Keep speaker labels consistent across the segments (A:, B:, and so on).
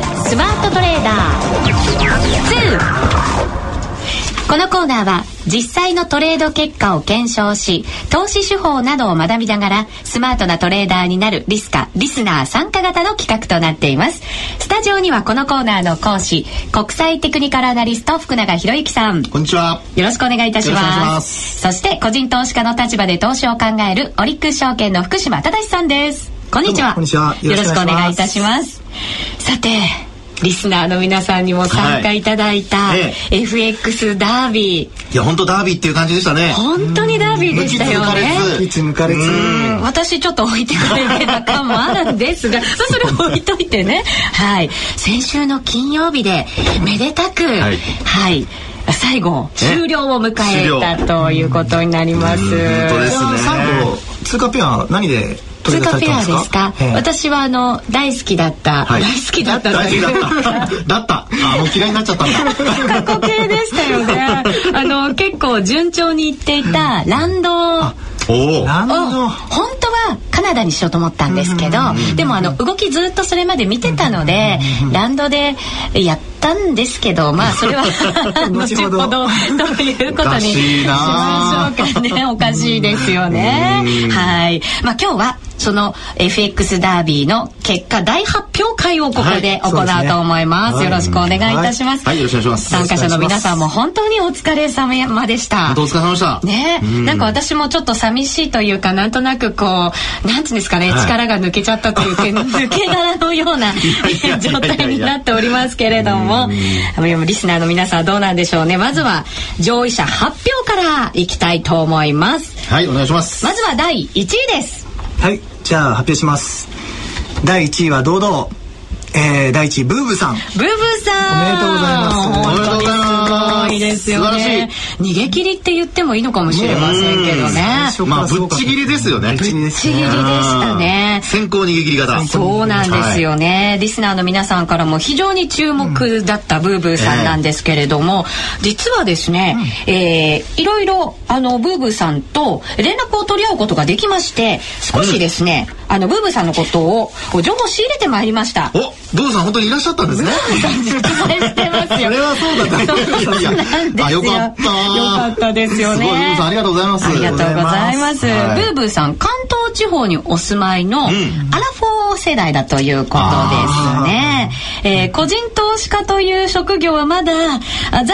A: トトレーダー2このコーナーは実際のトレード結果を検証し投資手法などを学びながらスマートなトレーダーになるリスカリスナー参加型の企画となっていますスタジオにはこのコーナーの講師国際テクニカルアナリスト福永博之さん
B: こんにちは。
A: よろしくお願いいたし
B: よろしくお願いし
A: ま。
B: ます
A: そして、個人投資家の立場で投資を考える、オリックス証券の福島正さんです。こんにちは。
B: どうもこんにちは
A: よ
B: よ
A: ろ
B: ろ
A: し
B: し
A: く
B: く
A: お
B: お
A: 願
B: 願
A: い
B: い
A: い
B: い
A: た
B: た
A: し
B: し
A: ます。さて、リスナーの皆さんにも参加いただいた、
B: はいえ
A: FX ダービー。
B: いや、本当ダービーっていう感じでしたね。
A: 本当にダービーでしたよ
B: 無
A: ね
B: 傷抜かれ。ず
C: いつ抜かれつ
A: うん私ちょっと置いてかれてた感もあるんです が、まあそれは置いといてね。はい。先週の金曜日で、めでたく、はいい。最後、終了を迎えた
B: 終
A: ということになります。
B: 本当です
C: これ
B: ね
C: は最後通貨ペアは何で
A: 通
C: 取り出
A: 貨
C: され
A: ペ
C: たん
A: アで
C: で
A: す
C: か
A: すか、
C: ええ
A: 私はあの大好きだった、
B: は
A: 大
B: い
A: 好きだった
B: 大
A: とい
B: 好
A: う
B: きだった。だった。あ、もう嫌いになっちゃったんだ。
A: 過去形でしたよねあの結構順調にいっていたランド
B: おお。
C: 何
A: を
C: の
A: 本当はカナダにしようと思ったんですけどでもあの動きずっとそれまで見てたのでランドでやったんですけどまあそれは後
C: 後
A: ほ
C: ほ
A: ど
C: ど
A: というこ
B: お
A: と
B: か
A: に
B: し
A: し
B: い
A: ま
B: な
A: しょうかねおかしいですよねはいまあ今日はその FX ダービーの結果大発表会をここで行うと思います
C: はい
A: よろしくお願いいたします
B: はい、よろしくお願いしま
A: 参
B: す。
A: 加者の皆さんも本当にお疲れ様でした
B: 本当お疲れ様でした。
A: ね
B: うん
A: なんか私もちょっと寂しいというかなんとなくこうなんていうんですかね、
B: はい
A: 力が抜けちゃったというか抜け殻のよ うな
B: いやいやいやいや
A: 状態になっておりますけれどもでもリスナーの皆さんはどうなんでしょうねまずは上位者発表からいきたいと思います
B: はい、お願いします。
A: まずは第1位です
C: はいじゃあ発表します第1位は堂々えー、第1位ブーブーさん
A: ブーブーさん
C: おめでとうございます
A: 本当にすごいですよ
B: おめでとうござい
A: ね逃げ切りって言ってもいいのかもしれませんけどね
C: うん
B: まあ、ぶっちぎりですよね。
C: ぶっちぎりです
A: ちぎりでしたね
B: 先行逃げ切り型。
A: そうなんですよね、リスナーの皆さんからも非常に注目だったブーブーさんなんですけれども、実はですね、えーいろいろあのブーブーさんと連絡を取り合うことができまして少しですね、あのブーブーさんのことをこう情報仕入れてまいりま した
B: はい。。お、ブーさん本当にいらっしゃったんですね。
A: 実在してますよ
B: それはそうだっ た
A: そうそうなんですよ
B: あよかった
A: よかったですよね
B: すごいブーさんありがとうございます
A: ありがとうございます。
B: はい
A: ブーブーさん、関東地方にお住まいのアラフォー世代だということですね。えー個人投資家という職業はまだ、あ残念ながら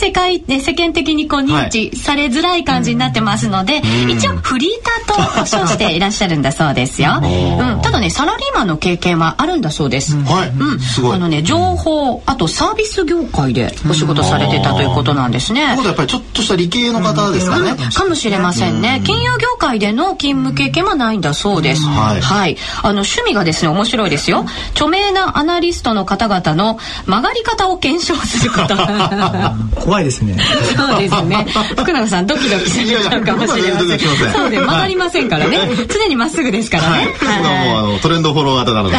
A: 世界、え世間的にこう認知されづらい感じになってますので、一応フリーターと称していらっしゃるんだそうです よ。うん、ただね、サラリーマンの経験はあるんだそうです。
B: はい
A: うん、
B: すごい
A: あのね、情報、あとサービス業界でお仕事されてたということなんですね。
B: ということはやっぱりちょっとした理系の方ですかね。
A: かもしれませんね。金融業界での勤務経験はないんだそうです。
B: はい
A: はい。あの、趣味がですね、面白いですよ。著名なアナリストの方々の曲がり方を検証する こと。
C: 怖いですね
A: そうですね。福永さん、ドキドキするかもしれま
B: いやいやドキドキしま
A: せ
B: せ
A: ん。
B: ん
A: そうで、曲がりませんからね。常にまっすぐですから
B: はい。
A: ね。
B: 僕はもうあのトレンドフォロワー型なので。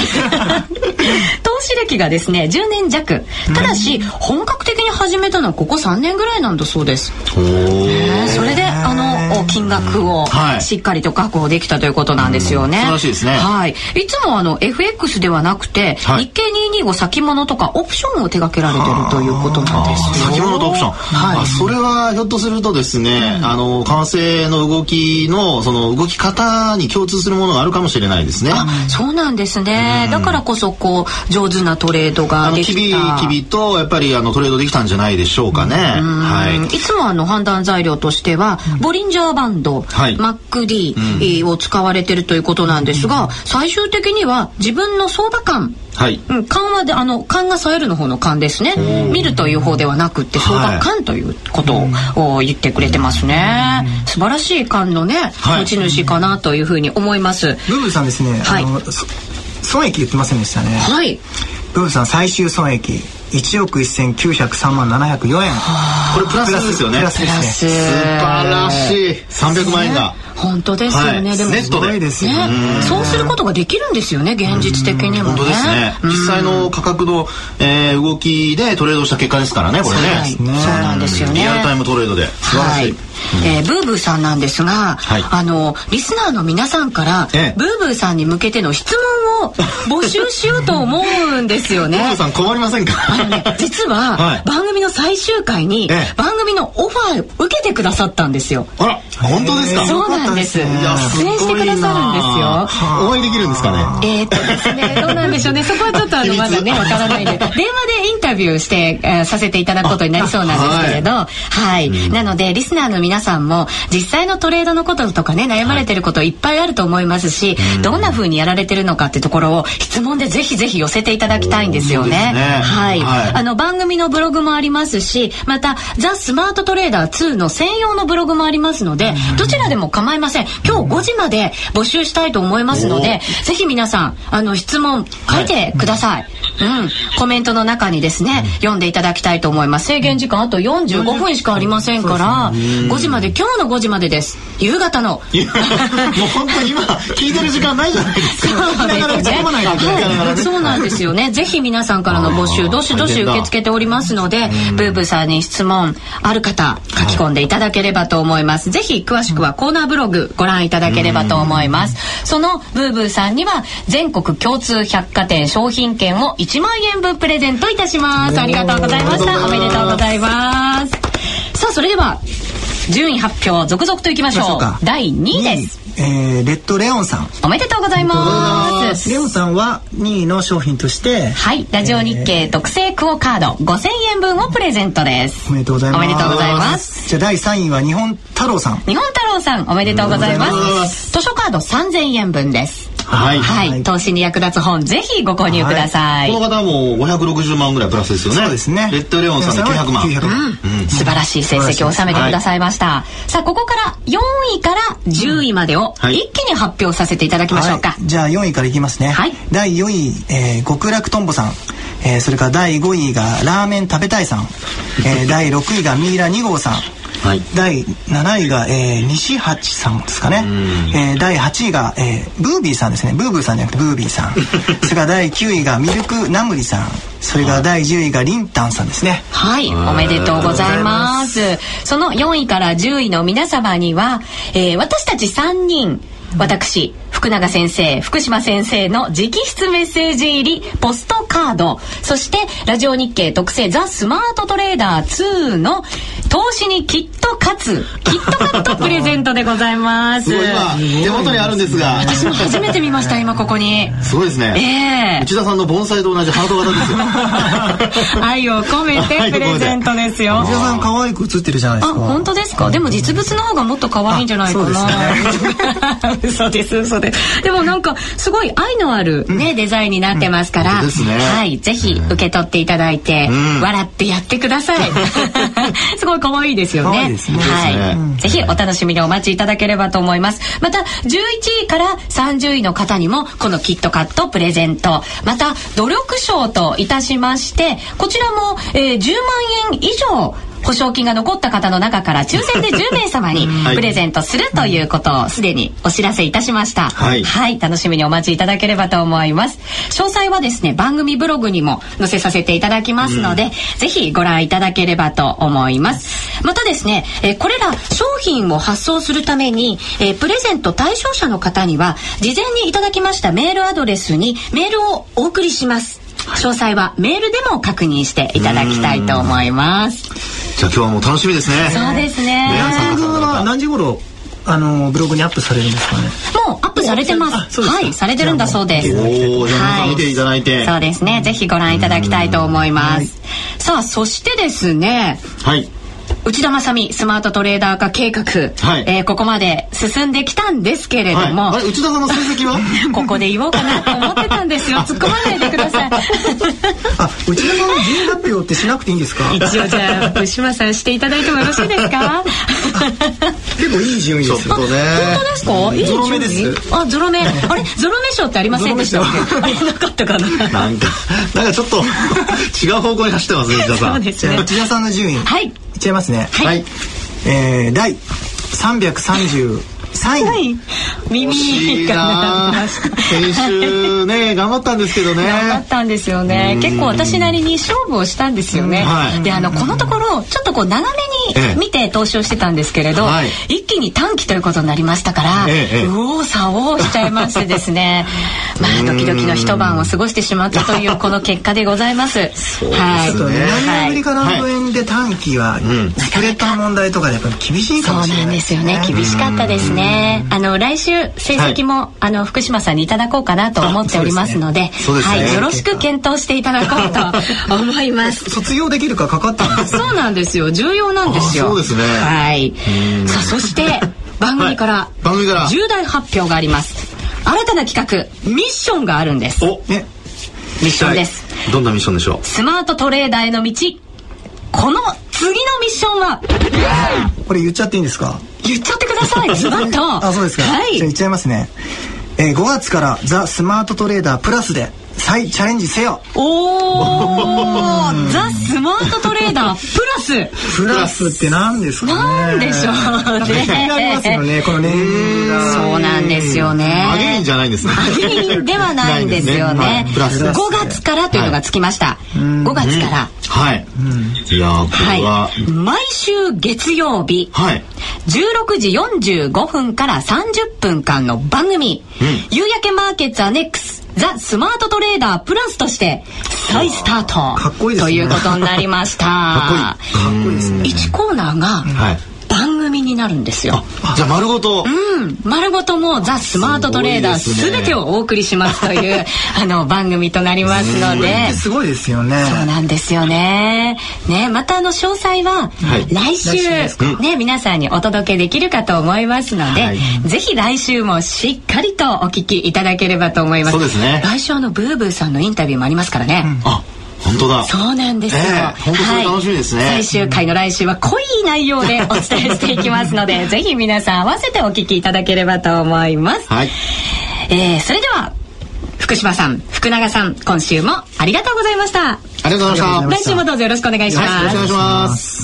A: 投資歴がですね10年弱ただし本格的に始めたのはここ3年ぐらいなんだそうです
B: おー
A: ねそれであのお金額を
B: はい
A: しっかりと確保できたということなんですよね。
B: うん素晴らしいですね
A: はい。いつもあの FX ではなくて、
B: はい
A: 日経225先物とかオプションを手掛けられてるということなんですよ。
B: 先物とオプション、
A: はい。
B: あそれはひょっとするとですね、あの為替の動きのその動き方に共通するものがあるかもしれないですね。
A: あそうなんですね。だからこそこう上手なトレード
B: あ
A: が
B: の
A: で
B: きび
A: きた。
B: きびとやっぱりあのトレードできたんじゃないでしょうかね。はい。
A: いつもあの判断材料としては、ボリンジャーバンド、
B: はい
A: マック D を使われてるということなんですが、最終的には自分の相場感
B: はい。
A: うん、勘はであの勘が冴えるの方の勘ですね見るという方ではなくって相場勘ということをお言ってくれてますね素晴らしい勘のね、
B: はい
A: 持ち主かなというふうに思います
C: ブーブーさんですね、
A: はい
C: あのそ損益言ってませんでしたね
A: はい
C: ブーブーさん最終損益1億1903万704円
B: これプラスですよね。
C: プラス
A: プラス
C: で
B: 素晴らしい。300万円が。
A: 本当ですよね、
B: はい
A: でも
B: ネットで
C: ごいですよね
A: ねそうすることができるんですよね現実的にも
B: 本
A: ね
B: 当ですね。実際の価格の、えー動きでトレードした結果ですからね、これ
A: はいそう
B: ね。
A: なんですよね
B: リアルタイムトレードで。素晴ら
A: は
B: し
A: い
B: い。、
A: えーブーブーさんなんですが、
B: はい
A: あのリスナーの皆さんから、
B: ええ
A: ブーブーさんに向けての質問を募集しようと思うんですですよ ね
B: 小野さん困りませんか
A: あのね実
B: は
A: はい番組の最終回に
B: ええ
A: 番組のオファー受けてくださったんですよ。
B: あら本当ですか
C: ええ
A: そうなんです。
C: よ
A: 出
C: かったです
A: 演してくださるんですよ。
B: よお会いできるんですかね
A: えーっとですね、どうなんで しょうね。そこはちょっとあの、
B: 秘
A: ま
B: 密
A: だね、わからないんで。電 話でインタビューして、えーさせていただくことになりそうなんですけれど、はい。なので、リスナーの皆さんも、実際のトレードのこととかね、悩まれてることいっぱいあると思いますし、どんな風にやられてるのかってところを、質問でぜひぜひ寄せていただきたいんですよね。
B: そうですね
A: はい。
B: はい
A: あの、番組のブログもありますし、また、ザ・スマートトレーダー2の専用のブログもありますので、どちらでも構いません。今日5時まで募集したいと思いますので、ぜひ皆さん、あの、質問書いてください。うん。コメントの中にですね、読んでいただきたいと思います。制限時間あと45分しかありませんから、5時まで、今日の5時までです。夕方の。
B: いやもう本当に今聞いてる時間ないじゃないですか
A: そうですね
B: 聞きながら突っ込まないといけないから
A: はい
B: ね
A: そうなんですよね。ぜひ皆さんからの募
B: あ
A: 集、
B: ー
A: どしどし
B: 大変
A: 受
B: だ
A: け付けておりますので、ブーブーさんに質問ある方、書き込んでいただければと思います。ぜひ詳しくはコーナーブログご覧いただければと思います。そのブーブーさんには、全国共通百貨店商品券を1万円分プレゼントいたします。ありがとうございました。おめでとうございます。さあ、それでは、順位発表、続々といきまし
C: 行き
A: ょ
C: ましょうか
A: う。第2位です。
C: えーレッドレオンさん
A: おめでとうございます。
C: レオンさんは2位の商品として
A: はい、ラジオ日経特製クオカード5000円分をプレゼントです。
C: おめでとうございます
A: おめでとうございます。
C: じゃあ第3位は日本太郎さん
A: 日本太郎さん、おめでとうござい
B: おめでとうございま
A: ます。図書カード3000円分です。
B: はい
A: はい、投資に役立つ本、ぜひご購入ください。
B: この方も560万ぐらいプラスですよね
C: そうですね
B: レッドレオンさんで
C: レッ
B: 900
C: ドレオン
B: 万
C: さんは900万
A: うん素晴らしい成績を収めてくださいました。さあ、ここから4位から10位までを
B: はい
A: 一気に発表させていただきましょうか。
C: はいじゃあ4位からいきますね、
A: はい
C: 第4位、えー極楽とんぼさん、えーそれから第5位がラーメン食べたいさん、 えー第6位がミイラ2号さん
B: はい
C: 第7位が、えー西八さんですかね、えー第8位が、えーブービーさんですねブーブーさんじゃなくてブービ ーさんそれから第9位がミルクナムリさんそれから第10位がリンタンさんですね
A: はい、おめでとうございます。その4位から10位の皆様には、えー私たち3人、私、福永先生、福島先生の直筆メッセージ入り、ポストカード、そして、ラジオ日経特製ザ・スマートトレーダー2の、投資にきっと勝つ、きっと勝ったプレゼントでございます。
B: すごい今手元にあるんですが
A: 私も初めて見ました、今ここ に。
B: すごいですね、
A: ええ
B: 内田さんの盆栽と同じハート型です よ
A: 愛を込めてプレゼントですよ。
C: 藤田さん可愛く写ってるじゃないで
A: あ、
C: すか
A: 本当ですか。でも実物の方がもっと可愛いんじゃないか
C: あ
A: な。 そうです嘘です、嘘です。でもなんか、すごい愛のあるね、デザインになってますから。
B: 本当ですね
A: はい、ぜひ受け取っていただいて、
B: ん
A: 笑ってやってくださ い。すごい可愛いですよ
C: 可
A: ね。
C: 愛いですね
A: はい。ぜひお楽しみにお待ちいただければと思います。また、11位から30位の方にも、このキットカットプレゼント。また、努力賞といたしまして、こちらも、えー10万円以上、保証金が残った方の中から抽選で10名様に
B: はい
A: プレゼントするということをすでにお知らせいたしました。
B: はい
A: はい、楽しみにお待ちいただければと思います。詳細はですね、番組ブログにも載せさせていただきますので、ぜひご覧いただければと思います。またですね、えーこれら商品を発送するために、えープレゼント対象者の方には、事前にいただきましたメールアドレスにメールをお送りします。詳細はメールでも確認していただきたいと思います。
B: じゃあ今日はもう楽しみですね
A: そうです
B: ね
A: ね。
C: ブログは何時頃あのブログにアップされるんですかね
A: もうアップされてま
C: あ
A: す。
C: そうです
A: は
C: か
A: い、されてるんだそうです。
B: おーじゃあ皆さん見ていただいて
A: そうですね。ぜひご覧いただきたいと思います。さあ、そしてですね、
B: はい
A: 内田まさみスマートトレーダー化計画、
B: はい
A: えーここまで進んできたんですけれども、
B: はい、あれ内田さんの成績 は
A: ここで言おうかなと思ってたんですよ。突っ込まないでください。
C: あ内田さんの順位発表ってしなくていいんですか
A: 一応じゃあ、福島さんしていただいてもよろしいですか
C: 結構いい順位です
B: ちょっとね
A: 本当ですかいい
C: ゾロ目
A: 準備
C: で
A: あ、ゾロ目。あれゾロ目賞ってありませんでしたっけ あれなかったかな
B: なんかなんかちょっと 違う方向に走ってますね内田
A: そ
B: さ
A: うんです
C: じゃあ
A: ね。
C: 内田さんの順位、
A: はい。
C: いっちゃいますね、
A: はい。
C: えー、第333位
A: 耳が鳴りました。
B: 先週ね頑張ったんですけどね
A: 頑張ったんですよね結構私なりに勝負をしたんですよね、
B: はい
A: であのこのところちょっとこう長めに
B: ええ
A: に見て投資をしてたんですけれど、
B: はい
A: 一気に短期ということになりましたから、
B: ええええ
A: 右往左往しちゃいましてです ねまあドキドキの一晩を過ごしてしまったというこの結果でございます
B: うですね
A: はい
C: ちょっと南ア
A: は
C: フ
A: い
C: リカランド円で短期は
B: ん
C: 触れた問題とかでやっぱり厳しい
A: そ
C: か
A: う
C: もしれ
A: なん
C: ない
A: ですよね。厳しかったですね。あの、来週、成績も、あの、福島さんにいただこうかなと思っておりますので、
B: そうですねそうで
A: は
B: すね
A: い、よろしく検討していただこう と思います。
C: 卒業できるかかかった んです
A: そうなんですよ。重要なんですよ。
B: あそうですね
A: はい。さあ、そして、番組から、
B: はい番組から
A: 重大発表があります。新たな企画、ミッションがあるんです。ミ
B: お
C: ね
A: ッションです。
B: どんなミッションでしょう
A: スマートトレーダーへの道。この次のミッションは、
C: これ言っちゃっていいんですか
A: 言っちゃってください。ズバッと。
C: あそうですか、
A: は
C: じゃあ
A: い
C: 言っ。ちゃいますね、えー、5月から「ザ・スマートトレーダープラスで再チャレンジせよ
A: お ーザ・スマートトレーダープラス
C: プラスって何ですかね
A: なんでしょうね
C: 気になりますよねこの年齢が
A: そうなんですよね。
B: アゲインじゃないんですね
A: アゲインではないんですよ
B: な
A: ね
B: いん。ですねはいプラス
A: 5月からというのがつきました。5月から。
B: はい、いやーこ
A: は
B: れは、
A: い。毎週月曜日。
B: はい
A: 16時45分から30分間の番組、
B: うん
A: 夕焼けマーケッツアネックスザ・スマートトレーダープラスとして再スタート
C: かっこいいです
A: と
C: ね
A: いうことになりました
B: かっこいいかっこいいですね
A: 1コーナーが
B: はい
A: 番組になるんですよ、
B: あじゃあ丸ごと、
A: うん、丸ごともうザ・スマートトレーダー
B: すごいです
A: す
B: ね
A: べてをお送りしますという あの番組となりますので、
C: すごいですよね
A: そうなんですよね。ね、またあの詳細は
B: はい
A: 来週、
C: 来週ですか
A: ね、皆さんにお届けできるかと思いますので、
B: はい
A: ぜひ来週もしっかりとお聞きいただければと思います。
B: そうですね
A: 来週あのブーブーさんのインタビューもありますからね。
B: あ本当だ
A: そうなんですよ。
B: ええ本当それ楽しみですね
A: はい最終回の来週は濃い内容 でお伝えしていきますので、ぜひ皆さん合わせてお聞きいただければと思います。
B: はい
A: えーそれでは、福島さん、福永さん、今週もありがとうございました。
B: ありがとうございました
A: 来週もどうぞよろしくお願いし
B: はい
A: ま
B: よろし
A: す
B: くお願いします